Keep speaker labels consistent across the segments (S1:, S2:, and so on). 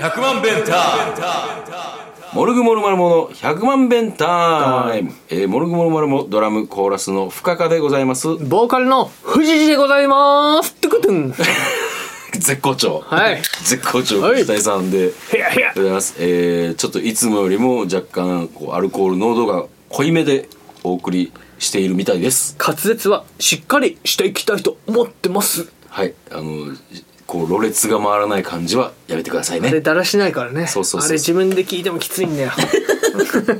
S1: 100万弁モルグモルマルモの100万弁タイム、えーモルグモルマルモドラムコーラスの深川でございます
S2: ボーカルの藤井でございますトゥクトゥン
S1: 絶好調
S2: はい
S1: 絶好調
S2: はい
S1: 藤谷さんで
S2: ヘヤヘヤ
S1: ございます、えーちょっといつもよりも若干こうアルコール濃度が濃いめでお送りしているみたいです
S2: 滑舌はしっかりしていきたいと思ってます
S1: はいあのこうろれつが回らない感じはやめてください
S2: あ
S1: ね
S2: れだらしないからね
S1: そうそうそう
S2: あれ自分で聞いてもきついんだよ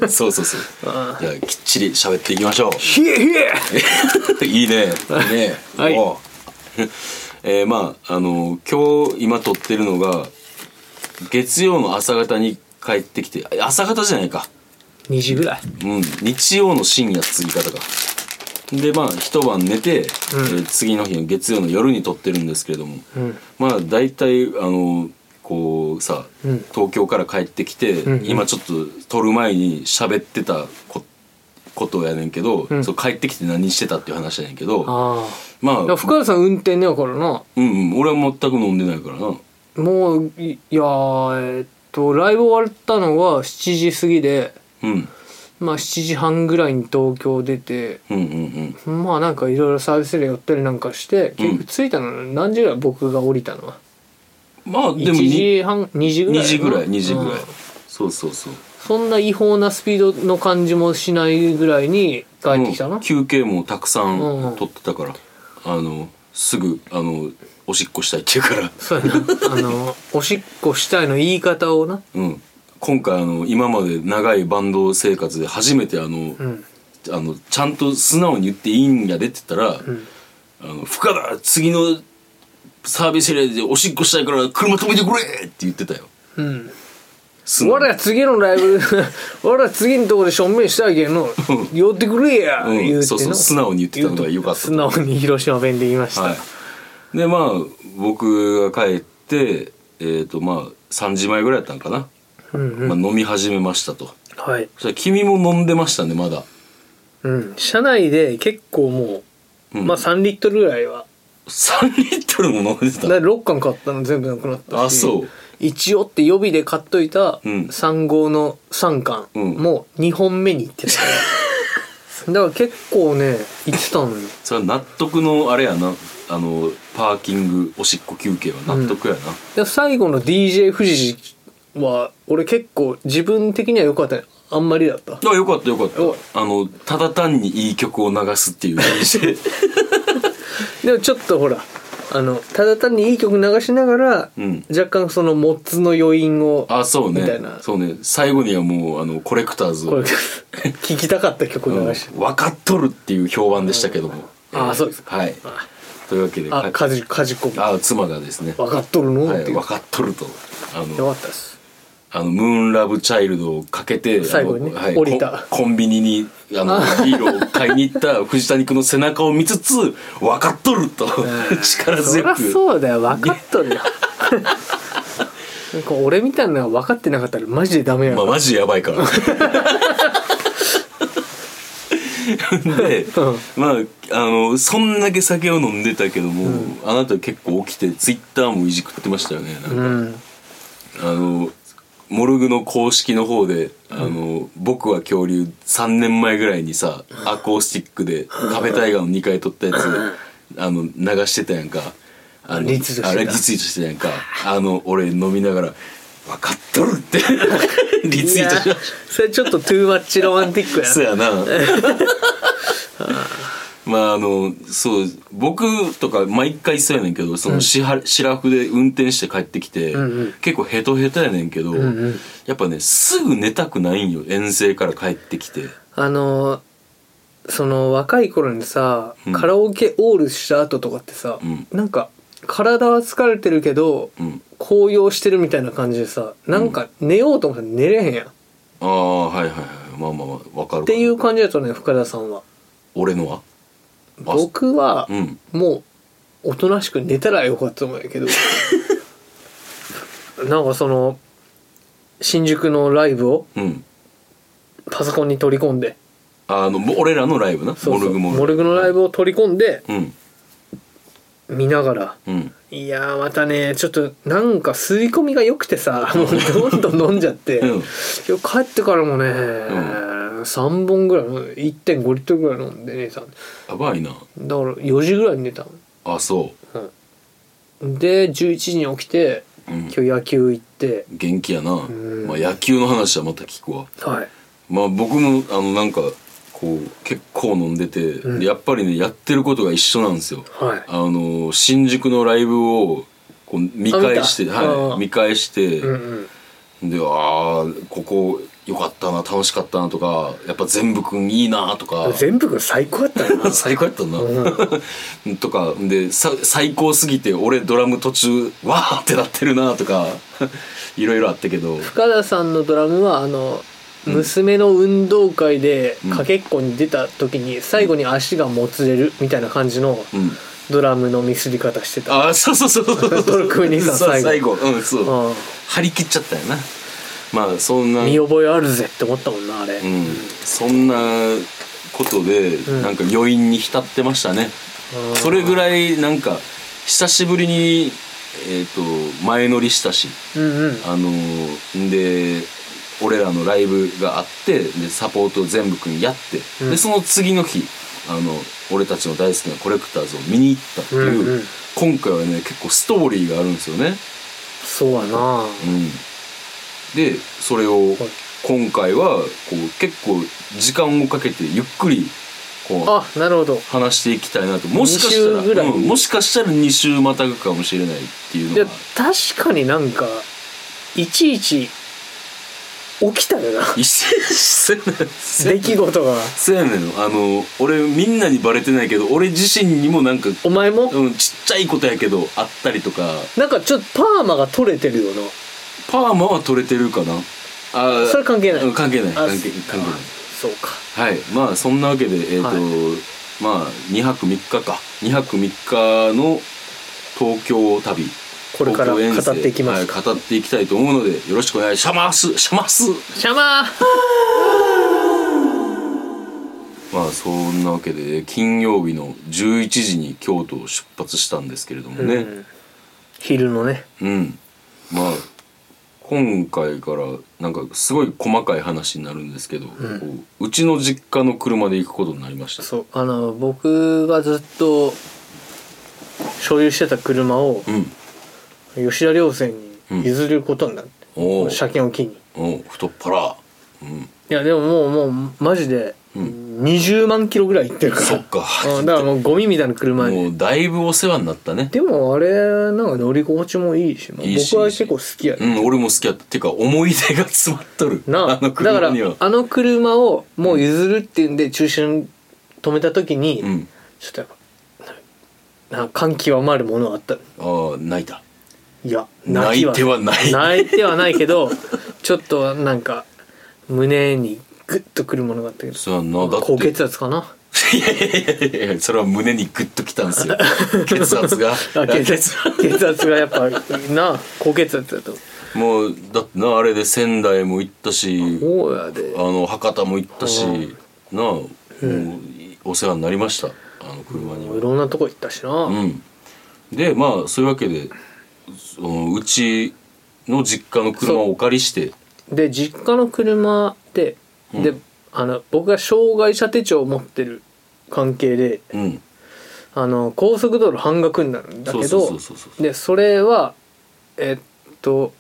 S1: そうそうそうじゃあきっちり喋っていきましょう
S2: ヒエヒエ
S1: いいね。いいね。
S2: はい
S1: おう えーまあ、あの、今日、今撮ってるのが、月曜の朝方に帰ってきて、あ朝方じゃないか。
S2: 2時ぐらい
S1: うん。日曜の深夜次方か。で、まあ、一晩寝て、えー次の日の月曜の夜に撮ってるんですけれども、
S2: ん
S1: まあ、大体、あの、こうさ、
S2: ん
S1: 東京から帰ってきて、
S2: ん
S1: 今ちょっと撮る前に喋ってたこことやねんけど、
S2: ん
S1: そう帰ってきて何してたっていう話やねんけど、
S2: あ
S1: まあ
S2: あ深田さん運転ねこれな
S1: うんうん俺は全く飲んでないからな
S2: もういいやーえっとライブ終わったのが7時過ぎで
S1: うん
S2: まあ7時半ぐらいに東京出て
S1: うんうんうん
S2: まあなんかいろいろサービスで寄ったりなんかして結局着いたの何時ぐらい僕が降りたのは
S1: まあで
S2: 1
S1: も2
S2: 時半2時ぐらい
S1: 時ぐらい2時ぐ
S2: う
S1: ら
S2: ん
S1: いそうそうそう
S2: そんな違法なスピードの感じもしないぐらいに帰ってきた
S1: も
S2: な
S1: う休憩もたくさ
S2: うんうんん
S1: 取ってたからあのすぐあのおしっこしたいって言うから
S2: そうやなあ のおしっこしたいの言い方をな
S1: うん今回あの今まで長いバンド生活で初めてあの
S2: うん
S1: あのちゃんと素直に言っていいんやでって言ったら
S2: ん
S1: 「あの深田次のサービスエリアでおしっこしたいから車止めてくれ!」って言ってたよ
S2: うん
S1: 素直に
S2: 俺ら次のライ ブ俺ら次のとこで正面したいけんの寄ってくれや、
S1: うん
S2: 言うての
S1: そうそう素直に言ってたのが良かった
S2: 言うと素直に広島弁で言いました、
S1: はい、でまあ僕が帰ってえっ、とまあ3時前ぐらいだったんかな、
S2: うんうん
S1: まあ、飲み始めましたと
S2: はい
S1: そしたら君も飲んでましたねまだ
S2: うん車内で結構もう、
S1: うん
S2: まあ3リットルぐらいは
S1: 3リットルも飲んで
S2: だ
S1: た
S2: から6缶買ったの全部なくなったし
S1: あそう
S2: 一応って予備で買っといた
S1: うん
S2: 3号の3缶
S1: うん
S2: もう2本目に行ってた、 だから結構ね行ってたのよ
S1: それは納得のあれやなあのパーキングおしっこ休憩は納得やな、
S2: で最後の DJ 富士は俺結構自分的には良かったねあんまりだった
S1: あよかったよかった
S2: おい
S1: あのただ単にいい曲を流すっていう感じで
S2: でもちょっとほらあのただ単にいい曲流しながら、
S1: うん
S2: 若干そのモッツの余韻を
S1: あそうね
S2: みたいな
S1: そうね最後にはもうあのコレクターズ
S2: こ
S1: を
S2: れ 聞きたかった曲
S1: うん
S2: 流して、
S1: 分かっとるっていう評判でしたけども、
S2: あそうです
S1: はいというわけで
S2: あかじかじこ
S1: あ妻がですね、
S2: 分かっとるの、
S1: はい、
S2: ってい
S1: 分
S2: うよ
S1: かっとるとあの
S2: かったです
S1: あのムーンラブチャイルドをかけて
S2: 最後にね
S1: あのはい、
S2: 降りた
S1: コンコンビニにあのビールを買いに行 った藤谷君の背中を見つつ分かっとると力強
S2: そりゃ
S1: く
S2: そうだよ分かっとるよ なんか俺みたいなのが分かってなかったらマジでダメや
S1: まあ
S2: ろ、
S1: マジやばい から。で、
S2: ん
S1: まああのそんだけ酒を飲んでたけども、あなた結構起きてツイッターもいじくってましたよねなんか
S2: うん
S1: あのモルグの公式の方で「あの僕は恐竜」3年前ぐらいにさアコースティックでカフェタイガーの2回撮ったやつあの流してたやんかあの
S2: リツイートしてた
S1: あれリツイートしてたやんかあの俺飲みながら「分かっとる」って リツイートし
S2: い
S1: ま
S2: や
S1: し
S2: それちょっとトゥーマッチロマンティッ
S1: た
S2: クや
S1: そうや なまああのそう僕とか毎回そうやねんけどそのしは、シラフで運転して帰ってきて、
S2: んうん
S1: 結構ヘトヘトやねんけど、
S2: うんうん
S1: やっぱねすぐ寝たくないんよ遠征から帰ってきて
S2: あのその若い頃にさ、
S1: うん
S2: カラオケオールした後とかってさ、
S1: うん
S2: なんか体は疲れてるけど、
S1: うん
S2: 高揚してるみたいな感じでさなんか寝ようと思ったら寝れへんやん、っ
S1: ああはいはいはいまあまあまあわかる
S2: ていう感じだとね深田さんは
S1: 俺のはあ
S2: 僕は
S1: うん
S2: もうおとなしく寝たらよかったと思うんやけど なんかその新宿のライブを
S1: うん
S2: パソコンに取り込んで
S1: あのも俺らのライブな
S2: そうそ
S1: モ
S2: う
S1: ルグモル
S2: モルグのライブを取り込んで、
S1: うん
S2: 見ながら
S1: うん
S2: いやーまたねちょっとなんか吸い込みが良くてさもうどんどん飲んじゃって、
S1: うん
S2: 今日帰ってからもね、3本ぐらい1.5リットルぐらい飲んで寝ただか
S1: やばいな
S2: ら4時ぐらいに寝た
S1: あそ
S2: で11時に起きて
S1: う、うん、
S2: 今日野球行って、
S1: 元気やな、
S2: ん
S1: まあ、野球の話はまた聞くわ
S2: はい
S1: まあ僕もあのなんかこう結構飲んでて、
S2: ん
S1: でやっぱりねやってることが一緒なんですよ
S2: はい
S1: あの新宿のライブをこう見返して、
S2: あ見
S1: は
S2: たあー
S1: い、見返して、
S2: うん
S1: であーここよかったな楽しかったなとかやっぱ全部くんいいなと
S2: う
S1: か
S2: ん、全部が最高だっ たな
S1: 最高やったな、 とかでさ最高すぎて俺ドラム途中わーってなってるなとかいろいろあったけど
S2: 深田さんのドラムはあの娘の運動会で
S1: うん
S2: かけっこに出た時に最後に足がもつれるみたいな感じの
S1: うん
S2: ドラムのミスり方してた、
S1: ああそうそうそうそうそう
S2: ドラ クエにさ
S1: そう
S2: 最後
S1: 最後うんそう、
S2: うん
S1: 張り切っちゃったよなまあそんな
S2: 見覚えあるぜって思ったもんなあれ、
S1: うん、そんなことで、
S2: ん
S1: なんか余韻に浸ってましたね、
S2: うん
S1: それぐらいなんか久しぶりに、えー、と前乗りしたし
S2: うんうん
S1: あのーんで俺らのライブがあってでサポートを全部くんやって、
S2: うん
S1: でその次の日あの俺たちの大好きなコレクターズを見に行ったっていう、
S2: うんうん
S1: 今回はね結構ストーリーがあるんですよね。
S2: そうや
S1: う
S2: な
S1: ん、でそれを今回はこう結構時間をかけてゆっくりこ
S2: あなるほど
S1: う話していきたいなともしかしたら
S2: 二週ぐらい
S1: うんもしかしたら2週またぐかもしれないっていう
S2: いや
S1: のが
S2: 確かになんかいちいち起きたよ な
S1: 一せやねん
S2: 出来事が
S1: せやねんあの俺みんなにバレてないけど俺自身にもなんか、
S2: お前も、
S1: うん、ちっちゃいことやけどあったりとか
S2: なんかちょっとパーマが取れてるよな
S1: パーマは取れてるかなあー
S2: それ関係ない
S1: うん関係ない
S2: あ
S1: 関係関係ない
S2: そうか
S1: はいまあそんなわけでえっ、と、
S2: は
S1: まあ2泊3日か2泊3日の東京旅
S2: これから
S1: 東京遠征
S2: 語っていきます
S1: はい、語っていきたいと思うのでよろしくお願いしますします
S2: シャマー
S1: まあそんなわけで金曜日の11時に京都を出発したんですけれどもね
S2: うん昼のね
S1: うん、まあ今回からなんかすごい細かい話になるんですけど、こううちの実家の車で行くことになりました
S2: そうあの僕がずっと所有してた車を
S1: うん
S2: 吉田稜線に譲ることになって、
S1: おお
S2: 車検を機に
S1: おう太っ腹うん
S2: いやでももうもうマジで
S1: うん
S2: 20万キロぐらい行ってるから
S1: そっか
S2: うんだからもうゴミみたいな車に
S1: もうだいぶお世話になったね
S2: でもあれなんか乗り心地もいいしまあ
S1: いいし
S2: 僕は結構好きやね
S1: うん俺も好きやったてか思い出が詰まっとる
S2: なあ
S1: あの
S2: だ
S1: 車
S2: か
S1: には
S2: らあの車をもう譲るっていうんで駐車場に止めた時に、
S1: うん
S2: ちょっとやっぱな感極まるものがあった
S1: ああ泣いた
S2: いや
S1: 泣いてはない
S2: 泣いてはないけど ちょっとなんか胸にグッとくるものがあったけど
S1: そうやんなだって
S2: 高血圧かない
S1: や いやいやいやそれは胸にグッときたん ですよ血圧が
S2: あ血圧血圧がやっぱなあ高血圧だと
S1: もうだってなあれで仙台も行ったし
S2: そうやで
S1: あの博多も行ったし
S2: う
S1: なあもうお世話になりましたあの車にはい
S2: ろんなとこ行ったしな、
S1: うん、でまあそういうわけでそのうちの実家の車をお借りして
S2: で実家の車で、
S1: うん
S2: であの僕が障害者手帳を持ってる関係で
S1: うん
S2: あの高速道路半額になるんだけ
S1: そ
S2: ど
S1: うそうそうそうそう
S2: でそれはえっと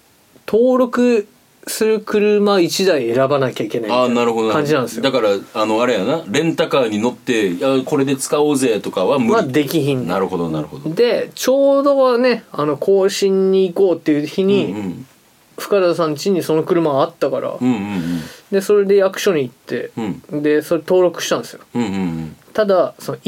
S2: 登録する車1台選ばなきゃいけないみ
S1: ああ
S2: たい
S1: なるほど
S2: な感じなんですよ
S1: だからあのあれやなレンタカーに乗っていやこれで使おうぜとかは無理、
S2: はできひん
S1: なるほどなるほど
S2: でちょうどねあの更新に行こうっていう日
S1: うんう
S2: に
S1: ん
S2: 深田さん家にその車があったから、
S1: うんうん
S2: でそれで役所に行って
S1: う、ん
S2: でそれ登録したんですよ
S1: うんうんうん
S2: ただその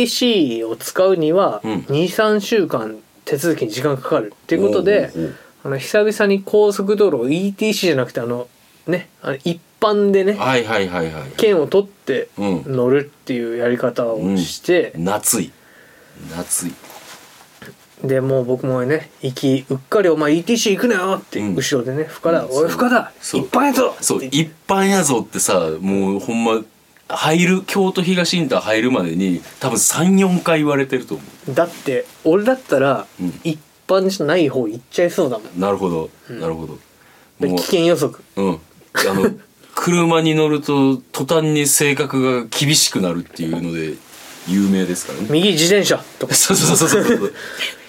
S2: ETC を使うには
S1: うん
S2: 23週間手続きに時間かかるっていうことで
S1: おうおうおう
S2: あの久々に高速道路を ETC じゃなくてあのねあの一般でね
S1: はいはいはいはい
S2: 券を取って
S1: うん
S2: 乗るっていうやり方をして、
S1: 夏い夏い
S2: でもう僕もね行きうっかり「お前 ETC 行くなよ」って
S1: うん
S2: 後ろでね「深田
S1: うん
S2: おい深田
S1: そう
S2: 一般やぞ!」
S1: そう
S2: って
S1: 一般やぞってさもうほんま入る京都東インター入るまでに多分34回言われてると思
S2: だって俺だったら
S1: うん
S2: 一般じゃない方行っちゃいそうだもん
S1: うなるほど、なるほども
S2: 危険予測
S1: ううんあの車に乗ると途端に性格が厳しくなるっていうので有名ですからね
S2: 右自転車と か
S1: そうそうそうそうそう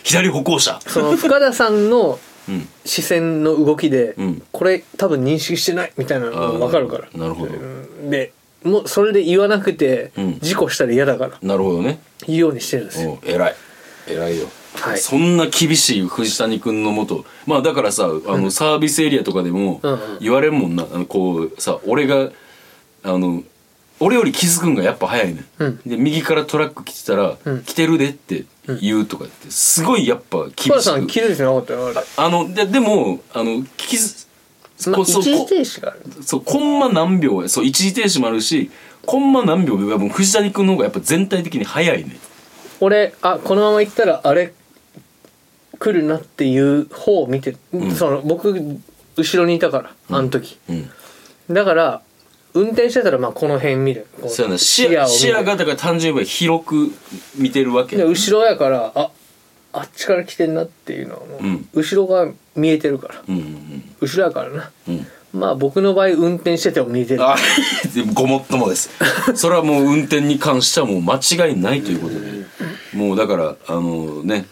S1: 左歩行者
S2: その深田さんの
S1: うん
S2: 視線の動きで、
S1: うん
S2: これ多分認識してないみたいなのが分かるから
S1: あーなるほど
S2: うんでもうそれで言わなくて、
S1: うん
S2: 事故したら嫌だから
S1: なるほどね
S2: 言うようにしてるんですよ
S1: おう偉い偉いよ、
S2: はい
S1: そんな厳しい藤谷君のもとまあだからさあのサービスエリアとかでも
S2: うんうん
S1: 言われるもんな、あのこうさ俺があの俺より気づくんがやっぱ早いね、
S2: うん
S1: で右からトラック来てたら「
S2: うん
S1: 来てるで」って言うとかってすごいやっぱ
S2: 深
S1: 厳
S2: 田さん
S1: しく
S2: 気づいてなかったよあれ
S1: あのででもあの気づ
S2: まあ、
S1: こ
S2: 一
S1: そう
S2: 時
S1: こ
S2: 停止がある
S1: そうコンマ何秒やそう一時停止もあるしコンマ何秒で多分藤谷君の方がやっぱ全体的に早いね
S2: 俺あこのまま行ったらあれ来るなっていう方を見て、その僕後ろにいたからあの時、
S1: うん
S2: だから運転してたらまあこの辺見るこ
S1: そうやな視野視野がだから単純に言えば広く見てるわけ
S2: で後ろやからああっちから来てんなっていうのはもう、
S1: うん
S2: 後ろが見えてるから
S1: うんうん
S2: 後ろやからな
S1: うんうん
S2: まあ僕の場合運転してても見えてる
S1: あでもごもっともです それはもう運転に関してはもう間違いないということでもうだからあのね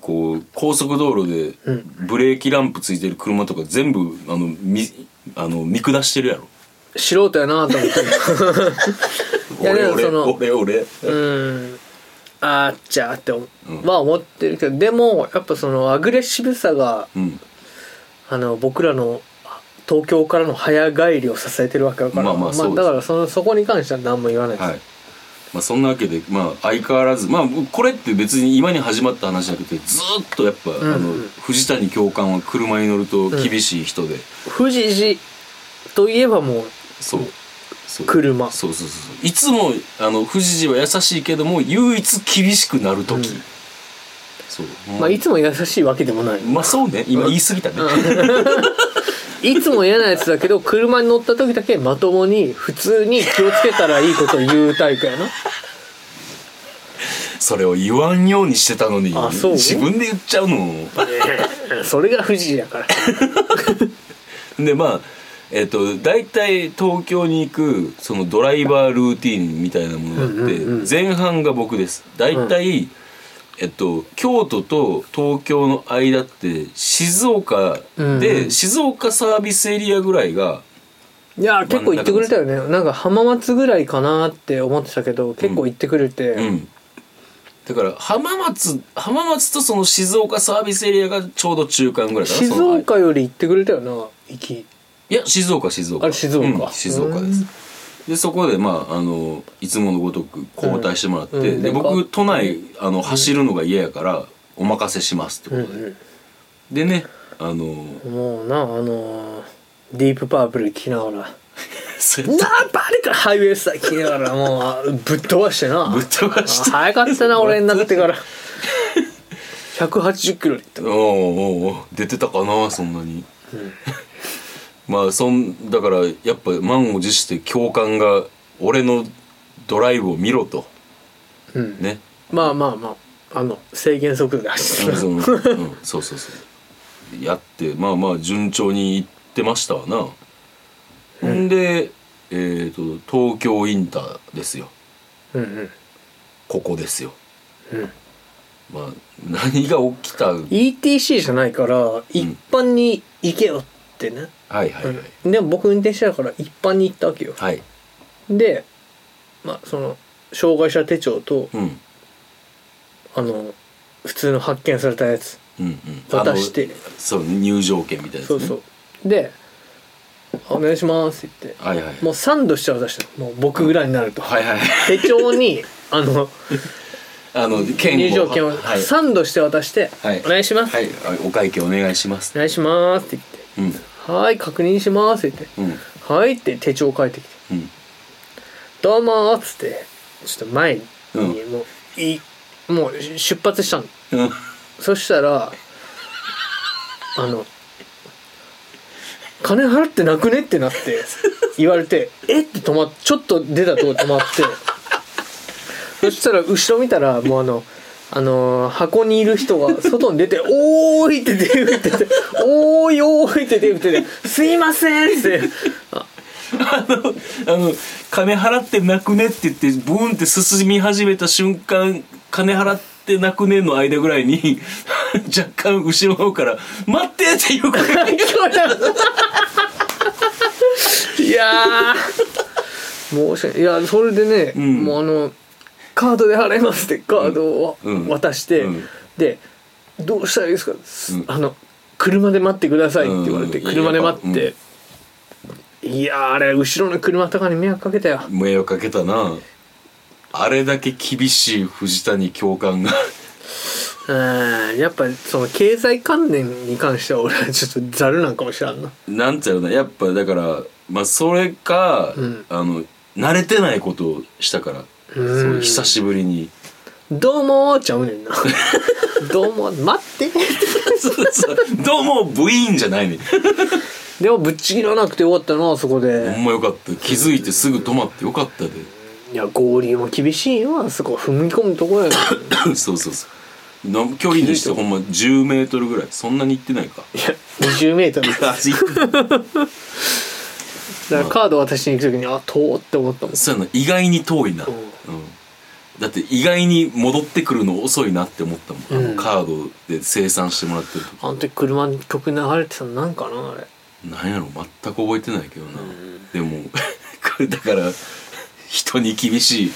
S1: こう高速道路でブレーキランプついてる車とか全部あの見あの見下してるやろ
S2: 素人やなと思っていや
S1: 俺
S2: でも
S1: 俺
S2: その
S1: 俺俺
S2: うんあーっちゃーって思,、まあ思ってるけどでもやっぱそのアグレッシブさが
S1: うん
S2: あの僕らのあ東京からの早帰りを支えてるわけだから、
S1: まあまあそうです
S2: だからそのそこに関しては何も言わないです、
S1: はい。まあそんなわけで、まあ相変わらず、まあこれって別に今に始まった話じゃなくて、ずーっとやっぱ、
S2: ん
S1: あの、藤谷教官は車に乗ると厳しい人で、
S2: 富士寺といえばもう
S1: そう。そう
S2: 車
S1: そうそうそうそう。いつも、あの、藤次は優しいけども、唯一厳しくなる時
S2: うん
S1: そう。
S2: まあいつも優しいわけでもない、
S1: まあそうね。今言い過ぎたね。
S2: いつも嫌なやつだけど車に乗った時だけまともに普通に気をつけたらいいことを言うタイプやな
S1: それを言わんようにしてたのに、
S2: あそう
S1: 自分で言っちゃうの。
S2: それが富士寺だから
S1: でまあえっと大体東京に行くそのドライバールーティーンみたいなものがあって、
S2: うんうんうん
S1: 前半が僕です大体、えっと京都と東京の間って静岡で、
S2: うんうん
S1: 静岡サービスエリアぐらいが
S2: いや結構行ってくれたよねなんか浜松ぐらいかなって思ってたけど結構行ってくれて、
S1: うんだから浜松浜松とその静岡サービスエリアがちょうど中間ぐらいかな
S2: 静
S1: その間
S2: 岡より行ってくれたよな行き
S1: いや静岡静岡
S2: あれ静岡
S1: うん静岡ですでそこでまああのいつものごとく交代してもらって、
S2: うんうん
S1: で
S2: なんか
S1: 僕都内あの走るのが嫌やからお任せしますって
S2: う
S1: こ
S2: ん
S1: とで、でねあの
S2: うんもうなあのーディープパープル聴きながらな
S1: そうやって
S2: あバリかハイウェイスター聴きながらもうあぶっ飛ばしてな
S1: ぶっ飛ばして
S2: 早かったな俺になって から180キロで行った
S1: おうおうおう出てたかなそんなに、 まあそんだからやっぱ満を持して教官が俺のドライブを見ろと
S2: うん
S1: ね
S2: まあまあまああの制限速度で走って
S1: うん
S2: た
S1: そのうんそうそうそうやってまあまあ順調にいってましたわな、ほんで、えー、と東京インターですよ
S2: うんうん
S1: ここですよ、
S2: うん
S1: まあ何が起きたはい
S2: ETC じゃないから一般に行けよってね、
S1: はいはい、
S2: うんでも僕運転してたから一般に行ったわけよ
S1: はい
S2: でまあその障害者手帳と、
S1: うんうん
S2: あの普通の発見されたやつ
S1: うん
S2: 渡して
S1: あのそう入場券みたいなやつ
S2: そ
S1: ね、
S2: うそうで「お願いします」って言って
S1: はいはい
S2: もうサンドして渡したのもう僕ぐらいになると、
S1: はいはい
S2: 手帳にあの
S1: あの券を
S2: 入場券を
S1: はい、
S2: サンドして渡して「
S1: はい
S2: お願いします」
S1: はい、お会計お願いしま
S2: お
S1: す
S2: 願いします」って言って
S1: うん
S2: 「はーい確認します」って言って
S1: うん
S2: 「はい」って手帳返ってきて
S1: うん
S2: 「どうも」っつってちょっと前に
S1: う
S2: もう,、いもう出発したの
S1: うん
S2: そしたら、あの、金払ってなくねってなって、言われてえって止まっちょっと出たとこ止まってそしたら後ろ見たらもうあの。あのー箱にいる人が外に出て「 おーい!」って手振ってて「おーいおーい!」って手振ってて「すいません!」って
S1: あのあの金払ってなくねって言ってブーンって進み始めた瞬間金払ってなくねの間ぐらいに 若干後ろの方から「待って!」っていう声が
S2: 聞こえた いやー申し訳ないいやそれでね、
S1: ん
S2: もうあのカードで払いますってカードを
S1: うん
S2: 渡して、
S1: うん
S2: で「どうしたらいいですかあの車で待ってください」って言われて、
S1: うん
S2: 車で待って、いやーあれ後ろの車とかに迷惑かけたよ
S1: 迷惑かけたなあれだけ厳しい藤谷教官が
S2: うんやっぱその経済関連に関しては俺はちょっとざるなんかもしらんな
S1: なんちゃうなやっぱだからまあそれか、
S2: ん
S1: あの慣れてないことをしたから、そういう久しぶりに。
S2: 「どうも」ちゃうねんな「どうも待って」
S1: そうそうどうもブイーンじゃないね
S2: でもぶっちぎらなくてよかったなそこ
S1: ほ
S2: で
S1: んまよかった気づいてすぐ止まってよかったで
S2: いや合流も厳しいよあそこ踏み込むと こやから い
S1: そうそうそうな距離にしてほんま10メートルぐらいそんなに行ってないか
S2: や 20m だか
S1: あ 行く
S2: らカード渡しに行く時にあ遠って思ったもん
S1: そうやな意外に遠いな、うん
S2: ん
S1: だって意外に戻ってくるの遅いなって思ったもん、あの
S2: うん
S1: カードで生産してもらってる
S2: あの時車の曲流れてたのなんかなあれ
S1: となんやろ全く覚えてないけどな、でも これだから人に厳しい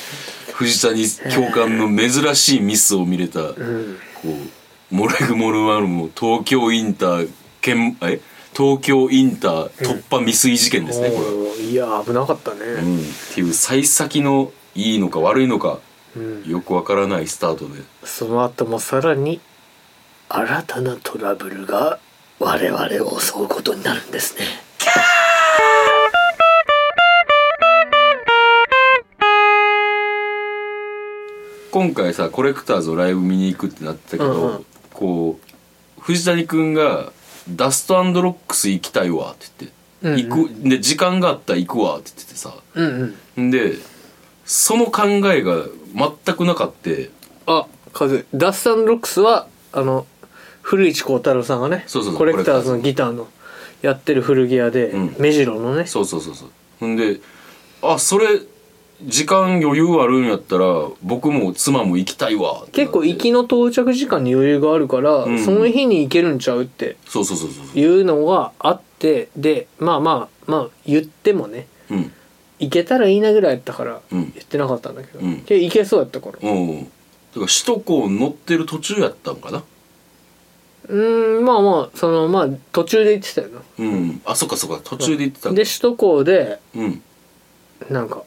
S1: 藤谷教官の珍しいミスを見れた、
S2: うん
S1: こうモレグモルマルモ東京インター県え東京インター突破未遂事件ですね、これは、
S2: おーいや危なかったね、
S1: うん、っていう幸先のいいのか悪いのか
S2: うん
S1: よくわからないスタートで
S2: その後もさらに新たなトラブルが我々を襲うことになるんですね
S1: 今回さコレクターズをライブ見に行くってなってたけど、
S2: うんうん
S1: こう藤谷くんが「ダストロックス行きたいわ」って言って「
S2: うんうん
S1: 行くで時間があったら行くわ」って言っててさ
S2: うんうん
S1: でその考えが全くなかって
S2: あ風ダスタンロックスはあの古市幸太郎さんがね
S1: そうそうそう
S2: コレクターズのギターのやってる古着屋で、
S1: ん
S2: 目白のね
S1: そうそうそうそうほんであそれ時間余裕あるんやったら僕も妻も行きたいわってな
S2: 結
S1: って
S2: 構行きの到着時間に余裕があるから、
S1: ん
S2: その日に行けるんちゃうって
S1: そうそうそうそうそ
S2: いうのがあってでまあまあまあ言ってもね
S1: ううん
S2: 行けたらいいなぐらいやったから
S1: うん
S2: 言ってなかったんだけど、
S1: うん
S2: けど行けそうやったから
S1: うんだから首都高乗ってる途中やったんかな
S2: うーんまあまあそのまあ途中で行ってたよな
S1: うんあそっかそっか途中で行ってたんか
S2: で首都高で
S1: うん
S2: なんか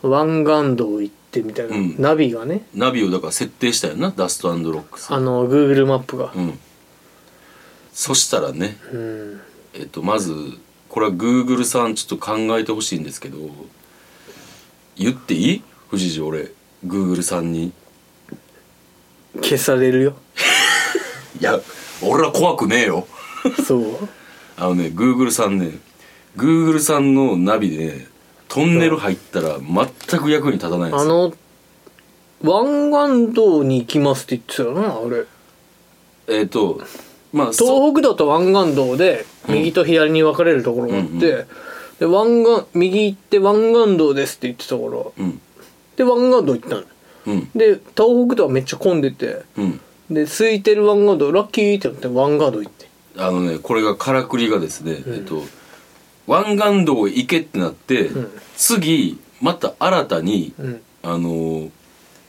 S2: 湾岸道行ってみたいな、
S1: うん
S2: ナビがね
S1: ナビをだから設定したよなダストロックス
S2: あの Google マップが
S1: うんそしたらね
S2: うん
S1: えっとまずこれは Google さんちょっと考えてほしいんですけど言っていい藤次俺 Google さんに
S2: 消さ れるよ
S1: いや俺は怖くねえよ
S2: そう
S1: あのね Google さんね Google さんのナビでね、トンネル入ったら全く役に立たないんで
S2: あ
S1: すよ
S2: の湾岸道に行きますって言ってたよなあれ
S1: えっ、とまあそう
S2: 東北道と湾岸道で右と左に分かれるところがあって、
S1: うんうん
S2: で湾岸右行って湾岸道ですって言ってたから
S1: うん
S2: で湾岸道行ったの
S1: うん
S2: で東北道はめっちゃ混んでて
S1: うん
S2: で空いてる湾岸道ラッキーってなって湾岸道行って
S1: あのねこれがからくりがですね、えっ、と湾岸道行けってなって、
S2: ん
S1: 次また新たに、
S2: うん
S1: あのー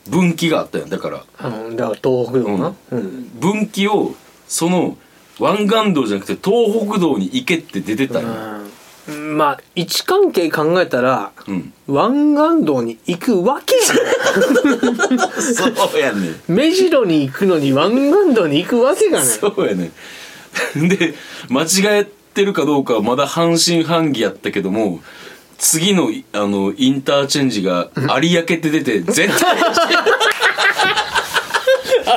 S1: 分岐があったやんだから
S2: あのだから東北道なうん、
S1: 分岐をその湾岸道じゃなくて東北道に行けって出てたんや
S2: うんまあ位置関係考えたら
S1: うん、
S2: 湾岸道に行くわけやない
S1: そうやねん
S2: 目白に行くのに湾岸道に行くわけがない
S1: そうやね。 で、間違えてるかどうかはまだ半信半疑やったけども、次の、いあの、インターチェンジが、有明って出て、絶対、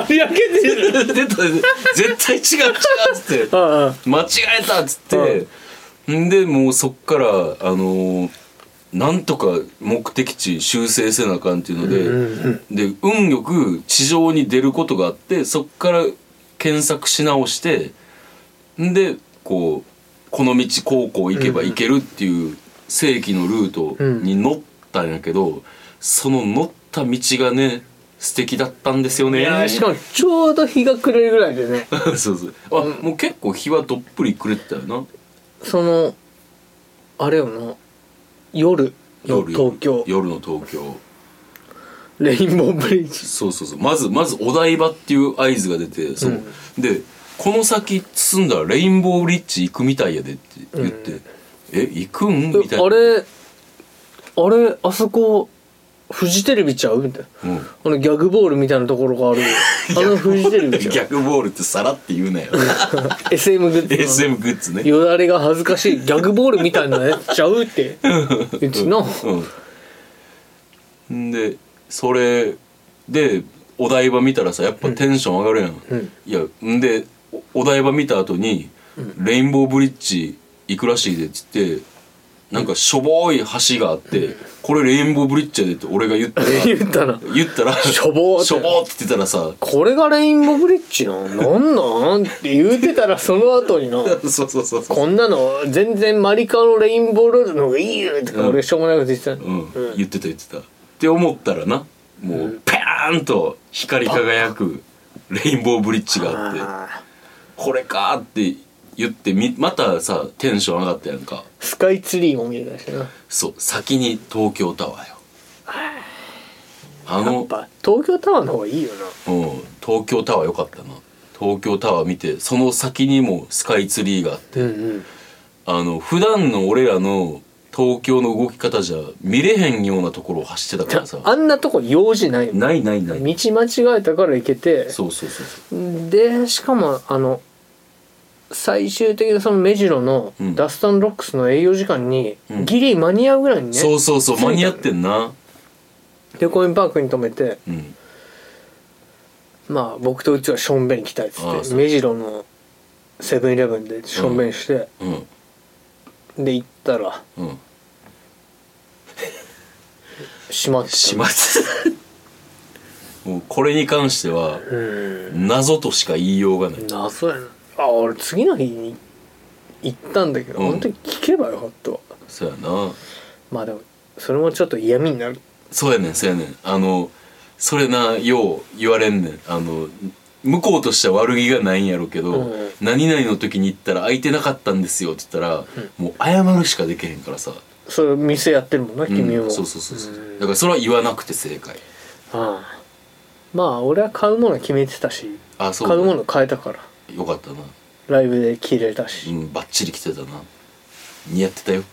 S2: 有明で
S1: 出た、絶対違う違うっつって、
S2: ああ
S1: 間違えたっつって、んでもうそっからあのーなんとか目的地修正せなあかんっていうので、で運よく地上に出ることがあってそっから検索し直してんでこうこの道高校行けば行けるっていう正規のルートに乗ったんやけど、その乗った道がね素敵だったんですよね。
S2: いやーしかもちょうど日が暮れるぐらいでね
S1: そうそうあ、もう結構日はどっぷりくれてたよな
S2: そのあれよな夜の
S1: 夜
S2: 東京
S1: 夜の東京
S2: レインボーブリッジ
S1: そうそうそうまずまずお台場っていう合図が出てそう、でこの先進んだらレインボーブリッジ行くみたいやでって言って「え行くん?」みたいな
S2: あれあれあそこフジテレビちゃうみたいな
S1: うん
S2: あのギャグボールみたいなところ があるあのフジテレビちゃう
S1: 逆ボールってさらって言うな よ
S2: SM グッズ
S1: SM グッズ
S2: の
S1: ね
S2: よだれが恥ずかしいギャグボールみたいなやつちゃうって言ってな
S1: うん、でそれでお台場見たらさやっぱテンション上がるやん、
S2: うん
S1: いやんでおお台場見た後に、レインボーブリッジ行くらしいで」っつってなんかしょぼい橋があって「これレインボーブリッジやで」って俺が言ったら
S2: 言ったな
S1: 言ったら「
S2: しょぼーって
S1: しょぼーって言ってたらさ
S2: これがレインボーブリッジなんなんなんって言うてたらその後にな
S1: そうそうそうそう、
S2: こんなの全然マリカのレインボールールの方がいいよとか俺しょうもないこと言ってたの、
S1: うん言ってた言ってたって思ったらなもうペーンと光り輝くレインボーブリッジがあって。
S2: あ
S1: これかーって言ってみまたさテンション上がったやんか
S2: ースカイツリーも見えたしなや
S1: そう先に東京タワーよあの
S2: っぱ東京タワーの方がいいよ
S1: うん東京タワーよかったな東京タワー見てその先にもスカイツリーがあって
S2: なうんうん
S1: あの普段の俺らの東京の動き方じゃ見れへんようなところを走ってたからさ
S2: あんなとこ用事ないもん道
S1: ないないな
S2: 間
S1: い
S2: 違えたから行けて
S1: そうそうそうそ
S2: でしかもあの最終的にその目白の
S1: うん
S2: ダスタンロックスの営業時間に
S1: うん
S2: ギリ間に合うぐらいに
S1: う
S2: ね、
S1: そうそうそう間に合ってんな
S2: でコインパークに止めて
S1: うん
S2: まあ僕とうちはしょんべん来たいっつ
S1: あ
S2: っ
S1: あ
S2: て
S1: そう
S2: 目白のセブンイレブンでしょんべんして、
S1: うん
S2: で行ったら
S1: うん
S2: 閉まってた
S1: します もうこれに関しては
S2: うん
S1: 謎としか言いようがない
S2: 謎やなあ俺次の日に行ったんだけど、
S1: うん
S2: 本当に聞けばよかったわ
S1: そうやな
S2: まあでもそれもちょっと嫌味になる
S1: そうやねんそうやねんあのそれなよう言われんねんあの向こうとしては悪気がないんやろうけど、
S2: うん
S1: 何々の時に行ったら空いてなかったんですよって言ったら、もう謝るしかできへんからさ、
S2: それ店やってるもんな
S1: うん
S2: 君も、
S1: そうそうそうそう
S2: うん
S1: だからそれは言わなくて正解
S2: ああまあ俺は買うもの決めてたし
S1: あそう
S2: 買うもの変えたから
S1: よかったな
S2: ライブで着れた
S1: う
S2: し、
S1: んバッチリ来てたな似合ってたよ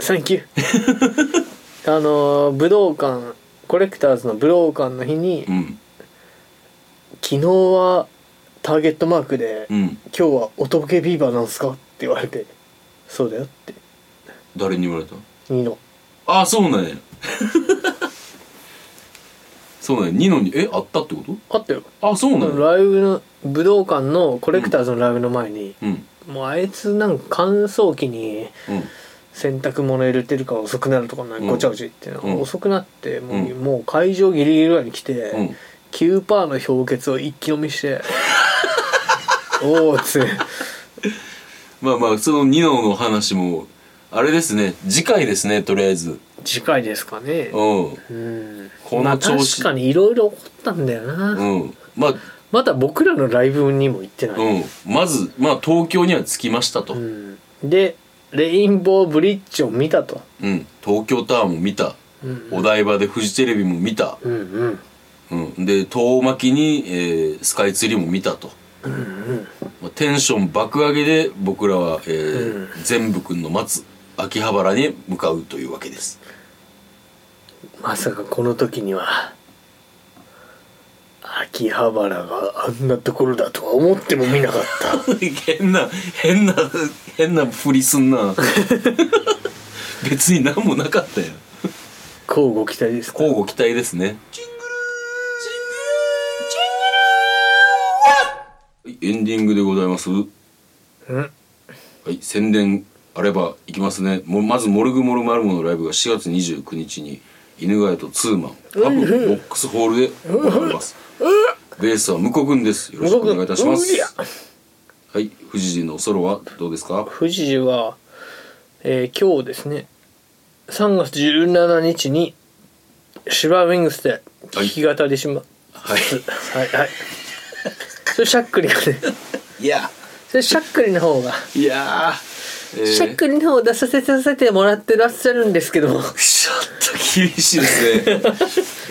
S2: サンキュー あのー武道館コレクターズの武道館の日に、
S1: うん
S2: 昨日はターゲットマークで、
S1: うん
S2: 今日は乙けビーバーなんすか?」って言われて「そうだよ」って
S1: 誰に言われた
S2: ニノ
S1: ああそうなんや そうなんやニノにえあったってこと
S2: あったよ
S1: あそうなんや
S2: ライブの武道館のコレクターズのライブの前に、
S1: うん
S2: もうあいつなんか乾燥機に
S1: うん
S2: 洗濯物入れてるから遅くなるとかなんか
S1: うん
S2: ごちゃごちゃ言って、
S1: うん
S2: 遅くなってもう,、
S1: うん
S2: もう会場ギリギリぐらいに来て、
S1: うん
S2: 9パーの氷結を一気飲み して「おお」っつって
S1: まあまあそのニノの話もあれですね次回ですねとりあえず
S2: 次回ですかね
S1: うん
S2: うん
S1: こ
S2: まあ
S1: の調
S2: 確
S1: 子
S2: かにいろいろ起こったんだよな、
S1: うんまあ
S2: まだ僕らのライブにも行ってない、
S1: うんまずまあ東京には着きましたとう、
S2: うんんでレインボーブリッジを見たと
S1: 東京タワーも見た、
S2: うん
S1: お台場でフジテレビも見た、
S2: うんうん
S1: うん、で遠巻きに、えースカイツリーも見たと、まあ、テンション爆上げで僕らは、えー全部くんの待つ秋葉原に向かうというわけです
S2: まさかこの時には秋葉原があんなところだとは思っても見なかっ
S1: 変な変な変なふりすんな 別に何もなかったよ
S2: た交互期待ですか
S1: 交互期待ですねエンディングでございますは
S2: うん
S1: い宣伝あれば行きますねもうまず「モルグモルマルモ」のライブが4月29日に犬飼とツーマンハブボックスホールで行われますベースは向こくんですよろしくお願いいたしま
S2: 向こくんうり
S1: す
S2: ゃ
S1: はい富士のソロはどうですか
S2: 富士寺は、えー今日ですね3月17日にシバーウィングスで弾き語りしま
S1: はい
S2: すはい はいそれしゃっくりがね
S1: いや
S2: それしゃっくりの方が、
S1: いやーえー
S2: しゃっくりの方を出させさせてもらってらっしゃるんです けども
S1: ちょっと厳しいです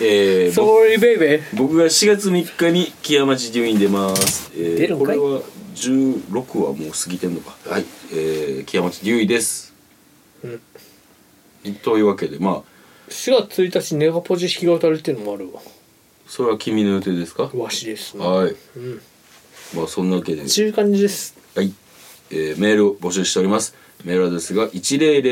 S1: ね えー、僕
S2: Sorry baby
S1: 僕が4月3日に木屋町入院出ます、えー
S2: 出るん
S1: こ
S2: かい
S1: れは16はもう過ぎてんのかはい、えー、木屋町入院です、というわけでまあ
S2: 4月1日ネガポジ弾き語りっていうのもあるわ
S1: それは君の予定ですか、
S2: わしですね
S1: はい
S2: うん
S1: まあそんなわけで
S2: そういう感じです
S1: はい、えーメールを募集しておりますメールアドレスが1000000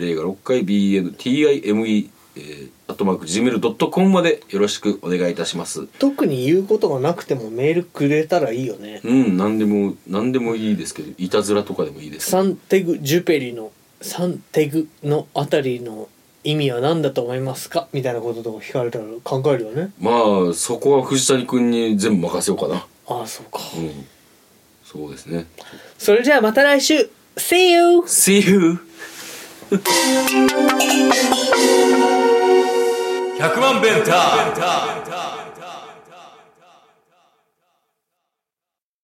S1: 零が6回 BNTIME えー、アットマーク Gmail.com までよろしくお願いいたします
S2: 特に言うことがなくてもメールくれたらいいよね
S1: うん何でも何でもいいですけどいたずらとかでもいいです
S2: サンテグ・ジュペリのサンテグのあたりの意味は何だと思いますかみたいなこととか聞かれたら考えるよね
S1: まあそこは藤谷君に全部任せようかな
S2: ああそうか、
S1: うんそうですね
S2: それじゃあまた来週 See you!
S1: See you! 100万ベンター